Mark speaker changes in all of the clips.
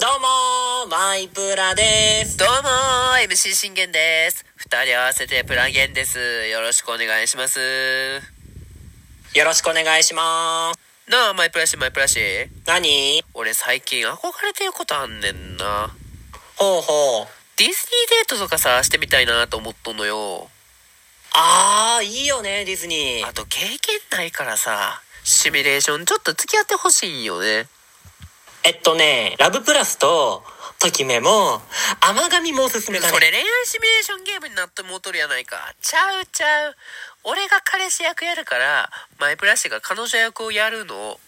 Speaker 1: どうもマイプラです。
Speaker 2: どうも MC 信玄です二人合わせてプラゲンですよろしくお願いします
Speaker 1: よろしくお願いします。
Speaker 2: なあマイプラシマイプラシ
Speaker 1: 何
Speaker 2: 俺最近憧れてることあんねんな
Speaker 1: ほうほう。
Speaker 2: ディズニーデートとかさしてみたいなと思っとんのよ
Speaker 1: あー、いいよね、ディズニー
Speaker 2: あ。と経験ないからさシミュレーションちょっと付き合ってほしいんよね
Speaker 1: えっとね、ラブプラスと、ときめも、甘神もおすすめだね。
Speaker 2: それ恋愛シミュレーションゲームになってもうとるやないかちゃうちゃう俺が彼氏役やるからマイプラシが彼女役をやるの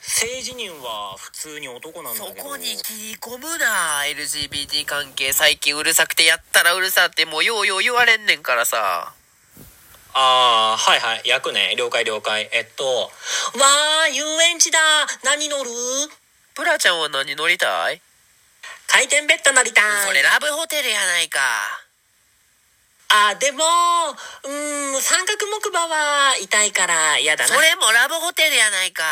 Speaker 1: 政治人は普通に男なんだ
Speaker 2: そ
Speaker 1: けど。
Speaker 2: こに切り込むな LGBT 関係最近うるさくてやったらうるさってもうようよう言われんねんからさ
Speaker 1: あー、はいはい、役ね。了解了解。えっと、わー、遊園地だ何乗る
Speaker 2: プラちゃんは何乗りたい
Speaker 1: 回転ベッド乗りたい。
Speaker 2: それラブホテルやないか
Speaker 1: あー、でも、うーん、三角木馬は痛いから嫌だな。
Speaker 2: それもラブホテルやないか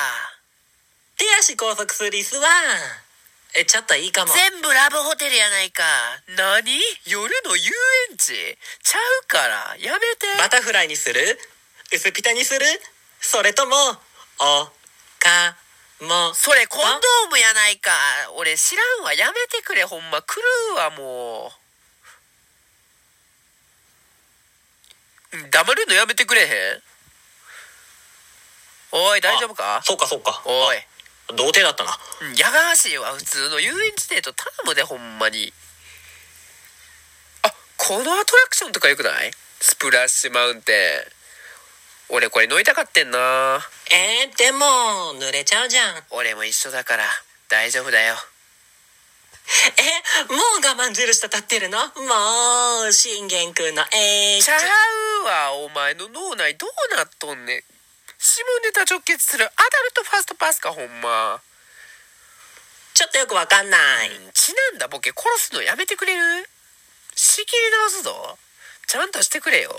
Speaker 1: 手足拘束する椅子は、え、ちょっといいかも。
Speaker 2: 全部ラブホテルやないか何夜の遊園地ちゃうからやめて
Speaker 1: バタフライにする薄ピタにするそれとも、お、か、も。
Speaker 2: それコンドームやないか俺知らんわやめてくれほんま狂うわもううん黙るのやめてくれへんおい大丈夫か
Speaker 1: そうかそうか。
Speaker 2: おい
Speaker 1: 童貞だったな。
Speaker 2: うんやがましいわ普通の遊園地デート頼むでほんまにあこのアトラクションとかよくないスプラッシュマウンテン俺これ乗りたかってんな
Speaker 1: えー、でも、濡れちゃうじゃん。え、
Speaker 2: 俺も一緒だから大丈夫だよ
Speaker 1: もう我慢汁した立ってるのもう、信玄くんの、えー、
Speaker 2: ちゃうわお前の脳内どうなっとんねん下ネタ直結するアダルトファーストパスかほんま
Speaker 1: ちょっとよくわかんない。
Speaker 2: ちなんだボケ殺すのやめてくれる仕切り直すぞちゃんとしてくれよ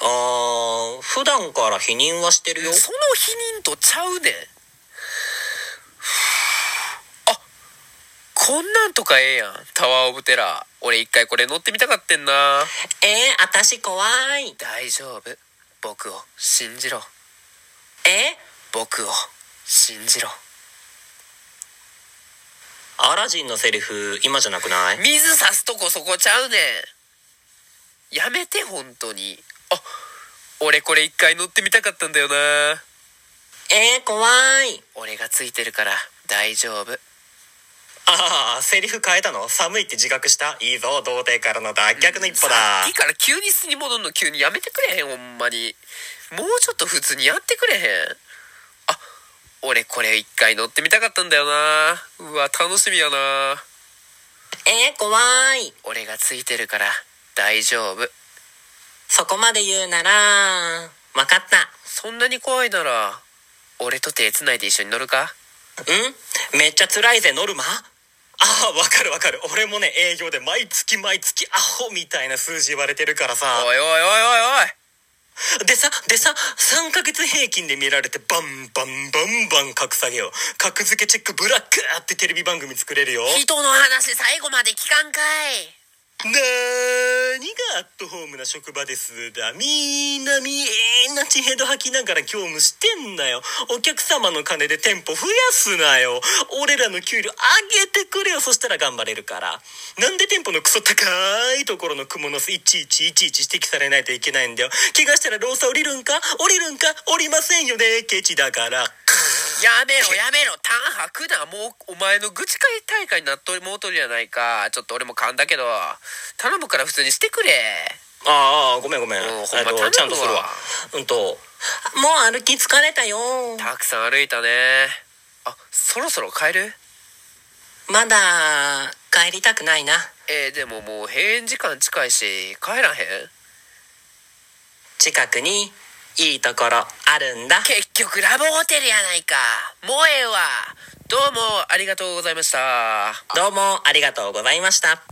Speaker 1: あー、普段から否認はしてるよ
Speaker 2: その否認とちゃうねんあこんなんとかええやんタワーオブテラー俺一回これ乗ってみたかってんな
Speaker 1: えー、あたし怖い。
Speaker 2: 大丈夫僕を信じろ
Speaker 1: え
Speaker 2: 僕を信じろ
Speaker 1: アラジンのセリフ、今じゃなくない
Speaker 2: 水さすとこそこちゃうねんやめて本当にあ俺これ一回乗ってみたかったんだよな
Speaker 1: えー、怖い。
Speaker 2: 俺がついてるから大丈夫
Speaker 1: ああ、セリフ変えたの寒いって自覚したいいぞ、童貞からの脱却の一歩だ
Speaker 2: さっき。から急に巣に戻んの急にやめてくれへんほんまにもうちょっと普通にやってくれへんあ俺これ一回乗ってみたかったんだよなうわ楽しみやな
Speaker 1: えー、怖い。
Speaker 2: 俺がついてるから大丈夫
Speaker 1: そこまで言うなら、わかった。
Speaker 2: そんなに怖いなら俺と手つないで一緒に乗るか
Speaker 1: んめっちゃ辛いぜ、ノルマああ、わかるわかる。俺もね、営業で毎月毎月アホみたいな数字言われてるからさ。
Speaker 2: おいおいおいおいおい
Speaker 1: でさ、でさ、3ヶ月平均で見られてバンバンバンバン格下げよ。格付けチェックブラックってテレビ番組作れるよ。
Speaker 2: 人の話最後まで聞かんかい
Speaker 1: なーにがアットホームな職場ですだみんなみんな血ヘド吐きながら業務してんなよお客様の金で店舗増やすなよ俺らの給料上げてくれよそしたら頑張れるからなんで店舗のクソ高いところの蜘蛛の巣いちいちいちいち指摘されないといけないんだよ怪我したら労災降りるんか降りるんか降りませんよねケチだから
Speaker 2: やめろやめろ単白なもうお前の愚痴会大会になっとりもうとるやないかちょっと俺も勘だけど頼むから普通にしてくれ
Speaker 1: ああごめんごめん
Speaker 2: うん
Speaker 1: あ
Speaker 2: ほんま
Speaker 1: のちゃ
Speaker 2: 頼
Speaker 1: ん
Speaker 2: む
Speaker 1: とするわ
Speaker 2: わ
Speaker 1: うんともう歩き疲れたよ
Speaker 2: たくさん歩いたねあそろそろ帰る
Speaker 1: まだ帰りたくないな
Speaker 2: えー、でももう閉園時間近いし帰らへん
Speaker 1: 近くにいいところあるんだ
Speaker 2: 結局ラブホテルやないかもうええわどうもありがとうございました
Speaker 1: どうもありがとうございました